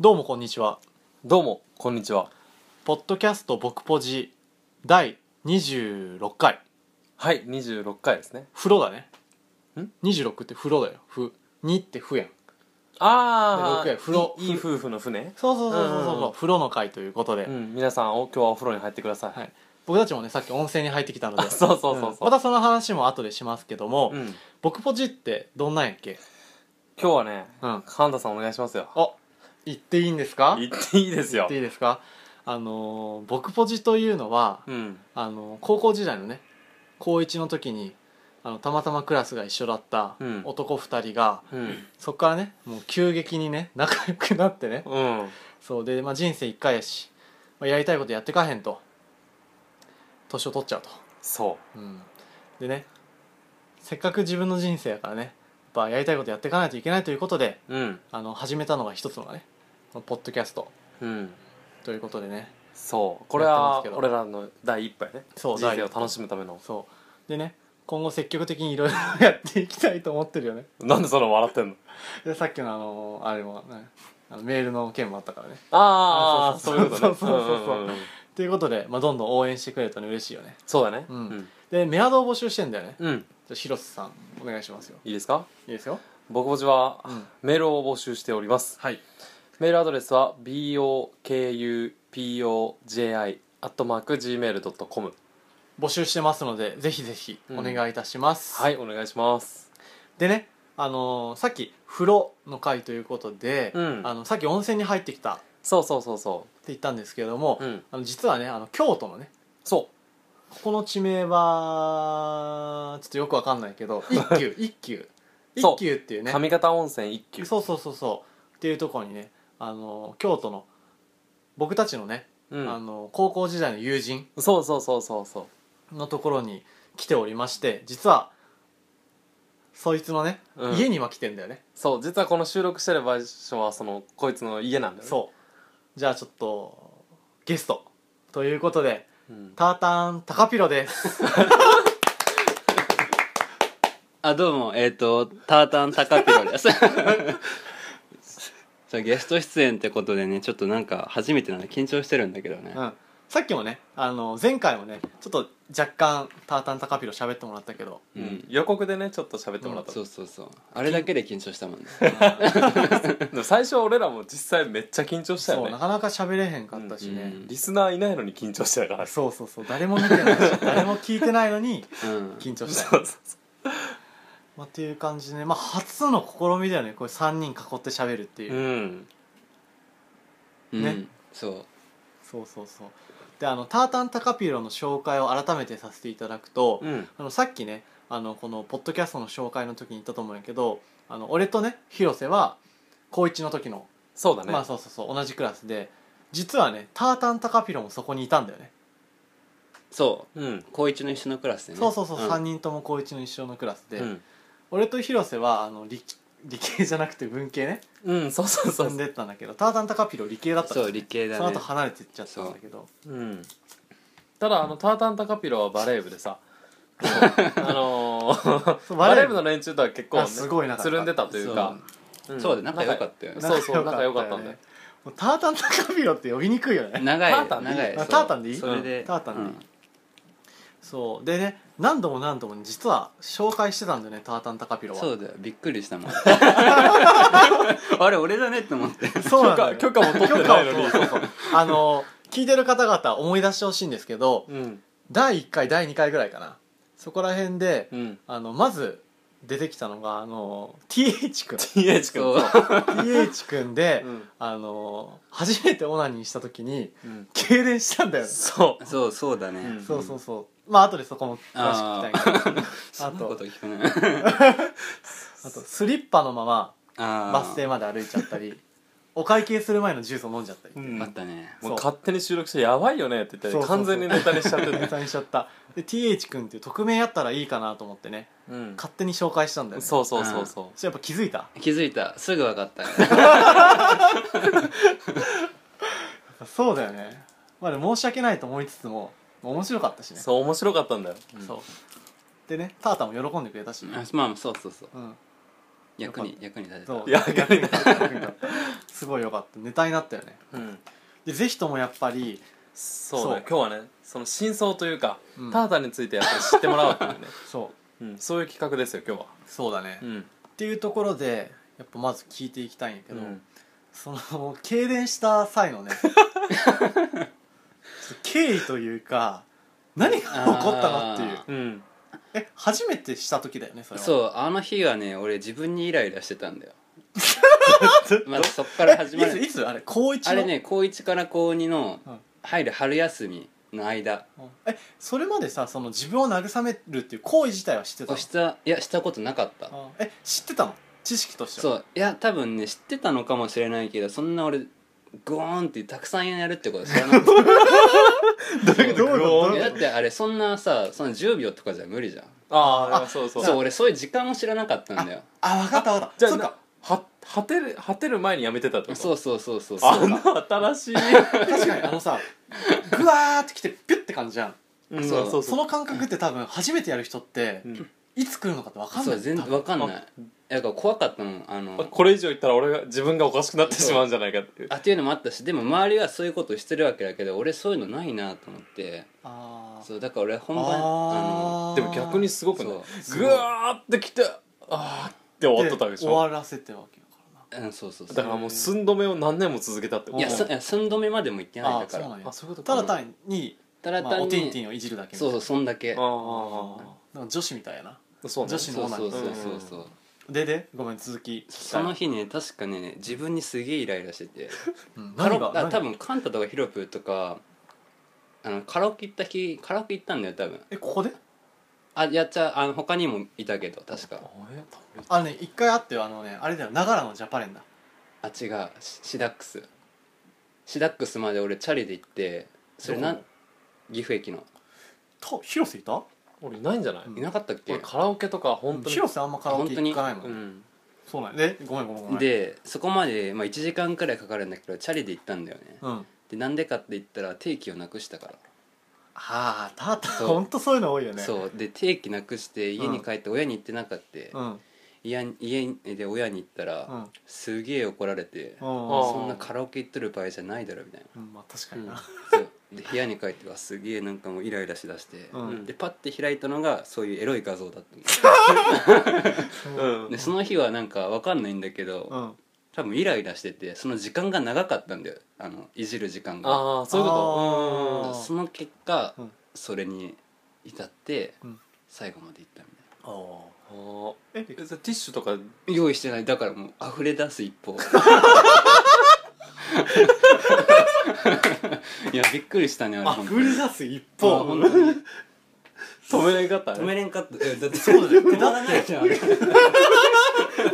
どうもこんにちはどうもこんにちはポッドキャスト僕ポジ第26回はい26回ですね風呂だねん26って風呂だよ風にって風やんあであ僕ら風呂いいいい夫婦の船そうそうそうそううんうんそうう風呂の回ということで、うん皆さんお今日はお風呂に入ってください、はい、僕たちもねさっき温泉に入ってきたのであそうそうそうそうんまた その話も後でしますけども、うん、今僕ポジってどんなんやっけ日はね、うんカンタさんお願いしますよあ言っていいんですか言っていいですよっていいですかあのー僕ポジというのは、うんあの高校時代のね高1の時にあのたまたまクラスが一緒だったうん男2人が、うんそこからねもう急激にね仲良くなってねうんそうで、まあ、人生1回やし、まあ、やりたいことやってかへんと年を取っちゃうと、そうん、でねせっかく自分の人生やからねやっぱやりたいことやっていかないといけないということでううんあの始めたのが一つのがねこのポッドキャストうんということでねそうこれやってはますけど俺らの第一歩やねそう人第生一を歩楽しむためのそうでね今後積極的にいろいろやっていきたいと思ってるよねなんでそれ笑ってんのでさっきのあのあれも、ね、あのメールの件もあったからねあああそそううそいううことねそうそうそうそうんんんということで、まあ、どんどん応援してくれるとね嬉しいよねそうだねううんん、でメアドを募集してんだよねうん、じゃあ広瀬さんお願いしますよいいですかいいですよ僕ぼちは、うんメールを募集しておりますはいメールアドレスは bokupoji.gmail.com 募集してますのでぜひぜひうんお願いいたします、はいお願いしますでねあのーさっき風呂の回ということで、うんあのさっき温泉に入ってきたってそうそうそうそ言ったんですけれども、ううんあの実はねあの京都のねそここの地名はちょっとよくわかんないけど一休 一休そう一休っていうう、ね上方温泉一休そうそうそうそうっていうところにねあの京都の僕たちのね、うあんの高校時代の友人そうそうそうそうそうのところに来ておりまして実はそいつのね、うん家には来てんだよねそう実はこの収録してる場所はそのこいつの家なんだよねそうじゃあちょっとゲストということでうん、タータンタカピロ ですあ、どうも、えっ、と、タータンタカピロです。 そうゲスト出演ってことでね、ちょっとなんか初めてなんで緊張してるんだけどねう。ん、さっきもねあの前回もねちょっと若干タータンタカピロ喋ってもらったけどううんん予告でねちょっと喋ってもらった、そうそうそう。あれだけで緊張したもんね。でも最初俺らも実際めっちゃ緊張したそうよなねかなか喋れへんかったしね、うんうんリスナーいないのに緊張してたからそうそうそう誰も見てないし誰も聞いてないのにうん。緊張したそよ、うそうそまあ、っていう感じでね、まあ、初の試みだよねこれ3人囲って喋るっていうう、うんうんねそそうそうそうであのタータンタカピロの紹介を改めてさせていただくと、うんあのさっきねあのこのポッドキャストの紹介の時に言ったと思うんやけどあの俺とね広瀬は高一の時の、そうだね、まあそうそうそう同じクラスで実はねタータンタカピロもそこにいたんだよねう。そう。うん高一の一緒のクラスでね。そうそうそう、ん3人とも高一の一緒のクラスで、うん俺と広瀬はあの理理系じゃなくて文系ねうんそう そうそう進んでったんだけどタータンタカピロ理系だったんだそよう、ね理系だそのね後。離れてっちゃったんだけどうん、ただあのタータンタカピロはバレー部でさあのーそうババレレーー部部の連中とは結構、あすごい仲良かったつるんでたというかんそうだ仲良かったよねそうそう仲良かったんだよよねもうタータンタカピロって呼びにくいよね長い。タータンでいい長い。あそうタータンでいいそれで。タータンでいいそうでね何度も何度もね実は紹介してたんだよねタータンタカピロうんはそうだよ。びっくりしたもん。あれ、俺だねって思って。 そうなんだよ許可許可も取ってないのに許可をそうそうそうあの聞いてる方々思い出してほしいんですけどうん第1回第2回ぐらいかなそこら辺でうんあのまず出てきたのがあの TH 君 TH 君そう。 TH 君でうんあの初めてオナニーした時にうん痙攣したんだよねそそう、そうだね。うんそうそうそうまああとでそこも詳しく聞きたいんだけど そんなこと聞かない。あとスリッパのままああ。バス停まで歩いちゃった りお会計する前のジュースを飲んじゃったりう、うんあったね。もう勝手に収録してやばいよねって言っそうそうてそう完全にネタにしちゃってネるタにしちゃったで TH 君っていう匿名やったらいいかなと思ってねうん勝手に紹介したんだよねうそうそうそうそやっぱ気づいたや気づいたすぐ分かったっぱそうだよねまあでも申し訳ないと思いつつも面白かったしうねそう面白かったんだよそうでねタータンも喜んでくれたしねあまあそうそうそううん役に役に立てたそういや逆に逆にすすごい良かったネタになったよねうんでぜひともやっぱりそうねそ今日はねその真相というか、うんタータンについてやっぱり知ってもらおうっていうね、そううん、そういう企画ですよ今日は、そうだね、うっんていうところでやっぱまず聞いていきたいんやけけど、どその痙攣した際のね 経緯というか何が起こったのっていうあうんえ初めてした時だよねそれはそうあの日はね俺自分にイライラしてたんだよまずそっから始まいつるいつあれ高一のあれね高1から高2のうん入る春休みの間えそれまでさその自分を慰めるっていう行為自体は知ってたの押したいやしたことなかったあえ知ってたの知識としてはそういや多分ね知ってたのかもしれないけどそんな俺ゴーンってたくさんやるってこと知らなかっどういうことどうたいいうやこだってあれそんなさその10秒とかじゃ無理じゃんあーあそうそうそう俺そういう時間も知らなかったんだよとあ分かった分かったじゃあそっなかは果てる果てる前にやめてたってことそうそうそうそうそうあんな新しい、確かにあのさグワーってきてピュッて感じじゃんうんそうそうその感覚って多分初めてやる人って、うんいつ来るのかって分かんそなうい全多然分わかんないだから怖かったもんああのこれ以上言ったら俺が自分がおかしくなってしまうんじゃないかっていうあっていうのもあったしでも周りはそういうことしてるわけだけど俺そういうのないなと思ってあーそうだから俺本番ああのーでも逆にすごくないそうすぐごいわーってきてあーって終わっとったわけでしで終ょわらせてるわけだからなうんそうそうそだうからもう寸止めを何年も続けたってこいとやすいや寸止めまでも行ってないんだかあそうならんやあそういうことたかだ単に、ただまあ、単おてんてにんをいじるだけみたそいうなそうそんだけあーなんか女子みたいなあーそうね女子そうそうそうそううそうんででごめん続き聞きたそいの日ね確かね自分にすげえイライラしててうんカ何ラがオあ何多が分カンタとかヒロプーとかあのカラオケ行った日カラオケ行ったんだよ多分えここであやっちゃあの他にもいたけど確かあれあのね一回あってよあのねあれだよ長良のジャパレンだあ違うシシダックスシダックスまで俺チャリで行ってそれなどん岐阜駅のと広瀬いた俺いないんじゃないうんいなかったっけ俺カラオケとか本当に広瀬あんまカラオケ行かないもうんねんそうなんやでごめんごめんごめんでそこまで、まあ、1時間くらいかかるんだけどチャリで行ったんだよねうんはでなんでかって言ったら定期をなくしたからあたーたそうほんとそういうの多いよねそうで定期なくして家に帰って親に言ってなかった、うん家に家で親に言ったら、うんすげえ怒られうて、んそんなカラオケ行っとる場合じゃないだろみたいな、うんまあ確かうにん なそうで部屋に帰ってはすげえなんかもうイライラしだして、うんでパッて開いたのがそういうエロい画像だったんですうんでその日はなんかわかんないんだけど、うん多分イライラしててその時間が長かったんだよあのいじる時間がああそういうことあーその結果、うんそれに至って、うん最後まで行ったみたあいうんうんあーええそれティッシュとかな用意してないだからもう溢れ出す一方いやびっくりしたねあれあ本当ふにり出す一あ方本当に止めれんかった止めねれんかったえだってそうだよ止まらないじゃ ん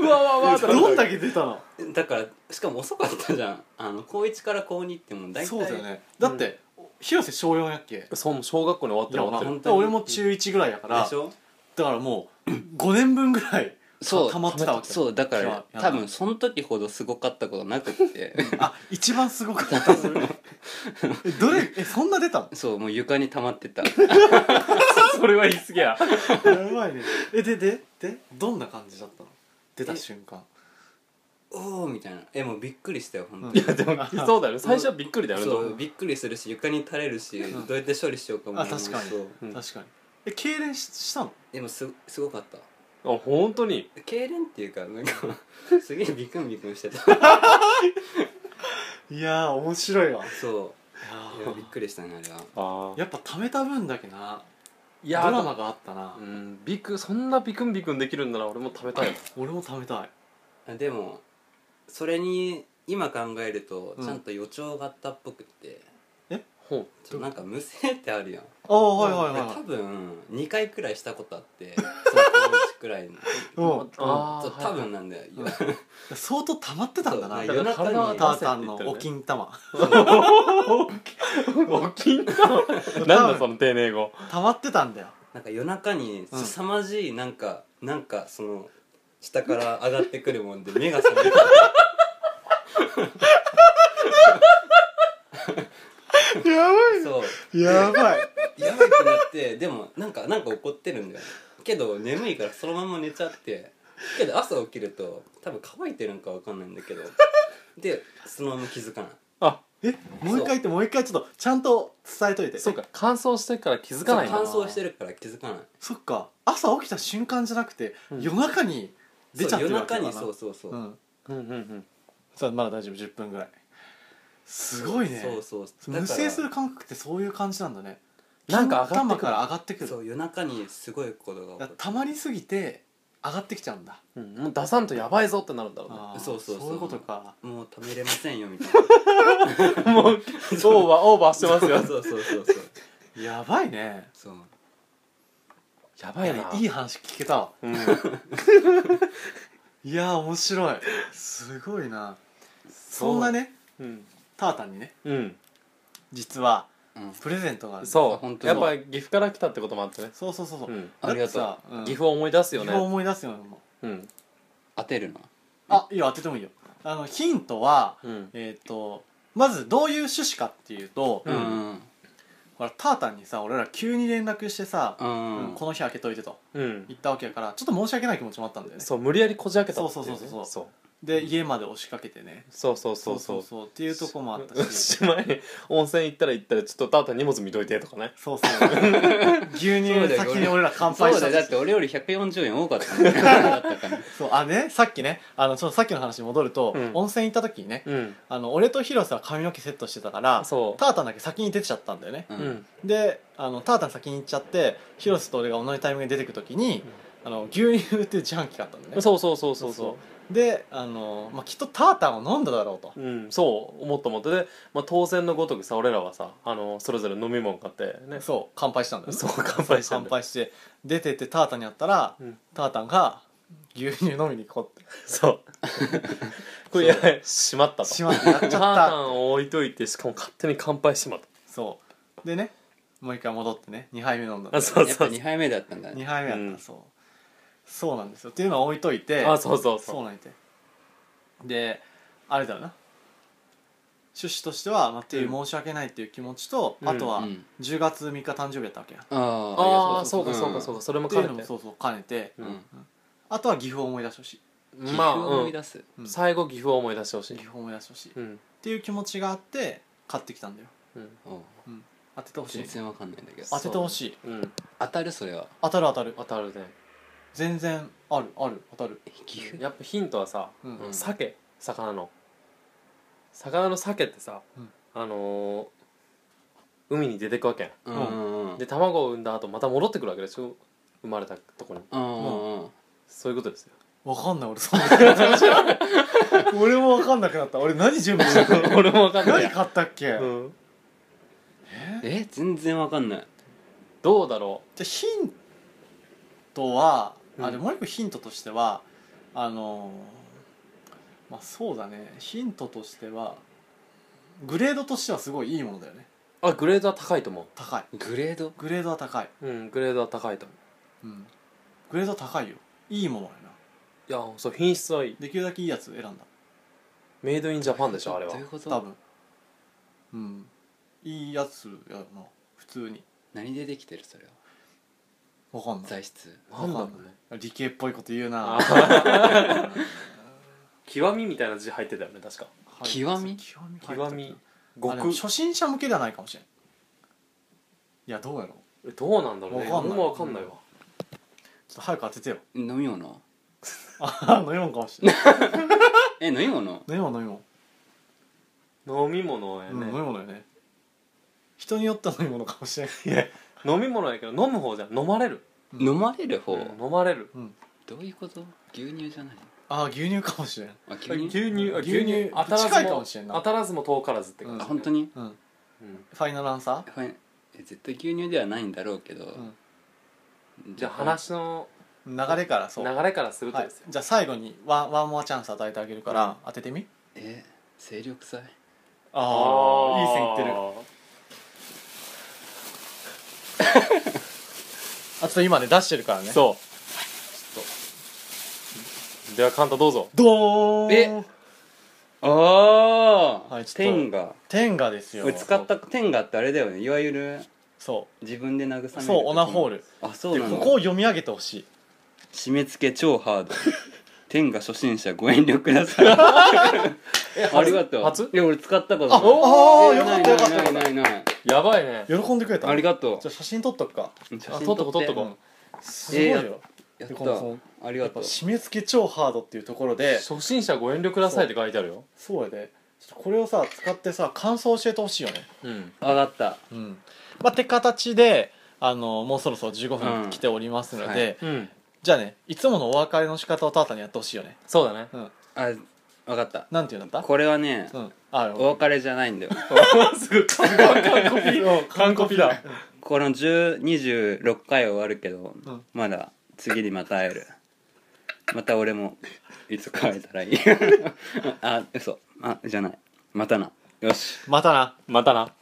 うわわわーってなったどんだけ出たのだからしかも遅かったじゃんあの高1から高2ってもう大体そうだよねだって広瀬小4やっけそうもう小学校に終わっていやる終わってる本当に俺も中1ぐらいやからでしょだからもう5年分ぐらいそう溜まってたわけそうだかいらややだ多分その時ほどすごかったことなくってあ一番すごかったそれえどれえそんな出たのそうもう床に溜まっ てた それは言い過ぎややばいねえでででどんな感じだったの出た瞬間おおみたいなえもうびっくりしたよ本当うんに、でもそうだよね最初はびっくりだよねそどううびっくりするし床に垂れるし、うんどうやって処理しようかもあ確かにそううん確かにえ痙攣ししたのでもすすごかったあ本当に痙攣っていうかなん かすげえビクンビクンしてたいやー面白いわそういやびっくりしたねあれはああやっぱ貯めた分だけないドやラマがあったなうんビクそんなビクンビクンできるんなら俺も食べたい俺も貯めたいあでもそれに今考えるとうんちゃんと予兆があったっぽくって、ほちょなんか無声ってあるやんああはいはい多は分2回くらいしたことあっ てその高一くらいのいうんあー多分なんだよ、うん相当溜まってたんだなそうだから体タは出ーせタっンて言のったよおね金玉おき んかなんだその丁寧語溜まってたんだよなんか夜中に凄まじいなんか、なんかその下から上がってくるもんで目が 覚めたやそうばいやばいやばいってなってでもなんかなんか怒ってるんだよけど眠いからそのまま寝ちゃってけど朝起きると多分乾いてるんかわかんないんだけどでそのまま気づかないあえもう一回言ってもう一回ちょっとちゃんと伝えといてそうか乾燥してるから気づかないんだ乾な燥してるから気づかないそっか朝起きた瞬間じゃなくて、うん夜中に出ちゃってるわけそうだ夜な中にそうそうそう、うんうんうんうんさあまだ大丈夫10分ぐらいすごいねそうそうだ無から制する感覚ってそういう感じなんだねなんか上がってくる頭から上がってくるそう夜中にすごいことが起こだっかてらたまりすぎて上がってきちゃうんだうんもう出さんとやばいぞってなるんだろうねあーそうそうそうそういうことかもう食べれませんよみたいもうオーバーオーバーしてなますよそうそうそうそうやばいねそうやばいないやいい話聞けたわうんいやー面白いすごいなうそんなねうんタータンにねうん実はうんプレゼントがあるあそ本う当だやっぱ岐阜から来たってこともあってねそうそうそうそう、うんだってあさん岐阜を思い出すよ岐阜をね思い出すよねもううん当てるのあいいよ当ててもいいよあのヒントはうんえっ、とまずどういう趣旨かっていうと、うんほらタータンにさ俺ら急に連絡してさ、うんうんこの日開けといてとうん言ったわけやからちょっと申し訳ない気持ちもあったんだよねそう無理やりこじ開けたっていねそうそうそうそうで家まで押しかけてねそうそうそうそうそうっていうとこもあったししまいに温泉行ったら行ったらちょっとタータン荷物見といてとかねそうそう 牛乳先に俺ら乾杯そうしただしよだって俺より140円多かったもん だったからそうあねさっきねあのちょっとさっきの話に戻ると、うん温泉行った時にねうんあの俺と広瀬は髪の毛セットしてたからそタータンだけ先に出てちゃったんだよねうううんんであのタータン先に行っちゃって広瀬と俺が同じタイミングで出てく時に、あの牛乳っていう自販機があったんだよねそうそうそうそうそうであの、まあ、きっとタータンを飲んだだろうと、うん、そう思った思ってで、まあ、当然のごとくさ俺らはさあのそれぞれ飲み物買ってねそう乾杯したんだよねそう乾杯したんだ乾杯よして出てってタータンに会ったら、うんタータンが牛乳飲みに行こうっそうこれやばいしまったてとしまってやっちゃっタータたンを置いといてしかも勝手に乾杯してしまっそうでねもう一回戻ってね2杯目飲んだんたあだそうやっぱそう2杯目だったんだ2ね杯目やった、うんそうそうなんですよっていうのは置いといてあそうそうそうそうなんやてであれだよな趣旨としては、まあ、っていうう申し訳ないっていう気持ちと、うんあとはうん10月3日誕生日やったわけや、あーああそうかそうかそうかかそれもっていう兼のもねてそうそう兼ねて、ううんんあとは岐阜を思い出してほしいまあ、岐阜を思いうん出すうん最後岐阜を思い出してほし岐い阜を思い出してほしい、うんっていう気持ちがあって買ってきたんだようんおう当ててほし全い然わかんないんだけど当ててほしいうん当たるそれは当たる当たる当たるね全然あるある当たる岐阜やっぱヒントはさうんうん鮭魚の魚の鮭ってさ、うんあのー海に出てくわけやんうんうんうんで卵を産んだ後また戻ってくるわけでしょ生まれたとこにうんうんそういうことですよわかんない俺そんな感じ 俺もわかんなくなった俺何準備してたの 俺も分かんない 何や、買ったっけ、うん、ええ全然わかんないどうだろじゃあヒントは、うあんでもう一個ヒントとしてはあのーまあそうだねヒントとしてはグレードとしてはすごいいいものだよねうあグレードは高いと思高いグレードグレードは高い、ううんグレードは高いと思うん、グレードは高いよいいものやなういやそう品質はいいできるだけいいやつ選んだメイドインジャパンでしょあれはどういうこと多分うんいいやつやな普通に何でできてるそれはわかんない材質なんだろうね理系っぽいこと言うなあ極みみたいな字入ってたよね確かはい極極み入みったっ極けみあでも極初心者向けではないかもしれんいやどうやろうえどうなんだろうねわかんない俺も分かんないわ、ちょっと早く当ててよ 飲み物あ飲み物かもし れないえ飲み物飲み物飲み物、飲み物やうんね、飲み物よね人によっては飲み物かもしれないいや飲み物やけど飲む方じゃん飲まれる、うん飲まれる方うん飲まれるうんどういうこと牛乳じゃないあ牛乳かもしれんあ牛牛乳乳あ牛乳当たらず近いかもしれんな当たらずも遠からずって感あじ、本当にうんうんファイナルアンサファイえ絶対牛乳ではないんだろうけどー、うん、じゃあ話の流れからそ流う、れからするとはいですよ、、じゃあ最後にワンワンモアチャンス与えてあげるから、当ててみえ清涼剤ああいい線いってるあと今ね出してるからねうそうではカンタどうぞドーンえあはいあちょっと天が天下ですよ俺使った天がってあれだよねいわゆるそ自分で慰めるうそうオナホールルあそうでなこのこを読み上げてほしい 締め付け超ハード天が初心者ご遠慮くださいえ初ありがとう初いや俺使ったことあおーよかったよかったないないないないやばいね喜んでくれたありがとうじゃあ写真撮っとくか写あ真撮っとこう撮っとうこんすごいよ、えーやっでこのそのたありやがっぱとう締め付け超ハードっていうところうで初心者ご遠慮くださいって書いてあるよそうやでちょっとこれをさ使ってさ感想教えてほしいよねうん上がったうんまあて形であのもうそろそろ15う分ん来ておりますので、はいうんじゃあねいつものお別れの仕方をタータンにやってほしいよねそうだねうんあ分かったなんていうんだっこれはねたうんあお別れじゃないんだよ すぐ完コピ完コピだこの10 26回は終わるけど、うんまだ次にまた会えるまた俺もいつか会えたらいい あ嘘あじゃないまたなよしまたなまたな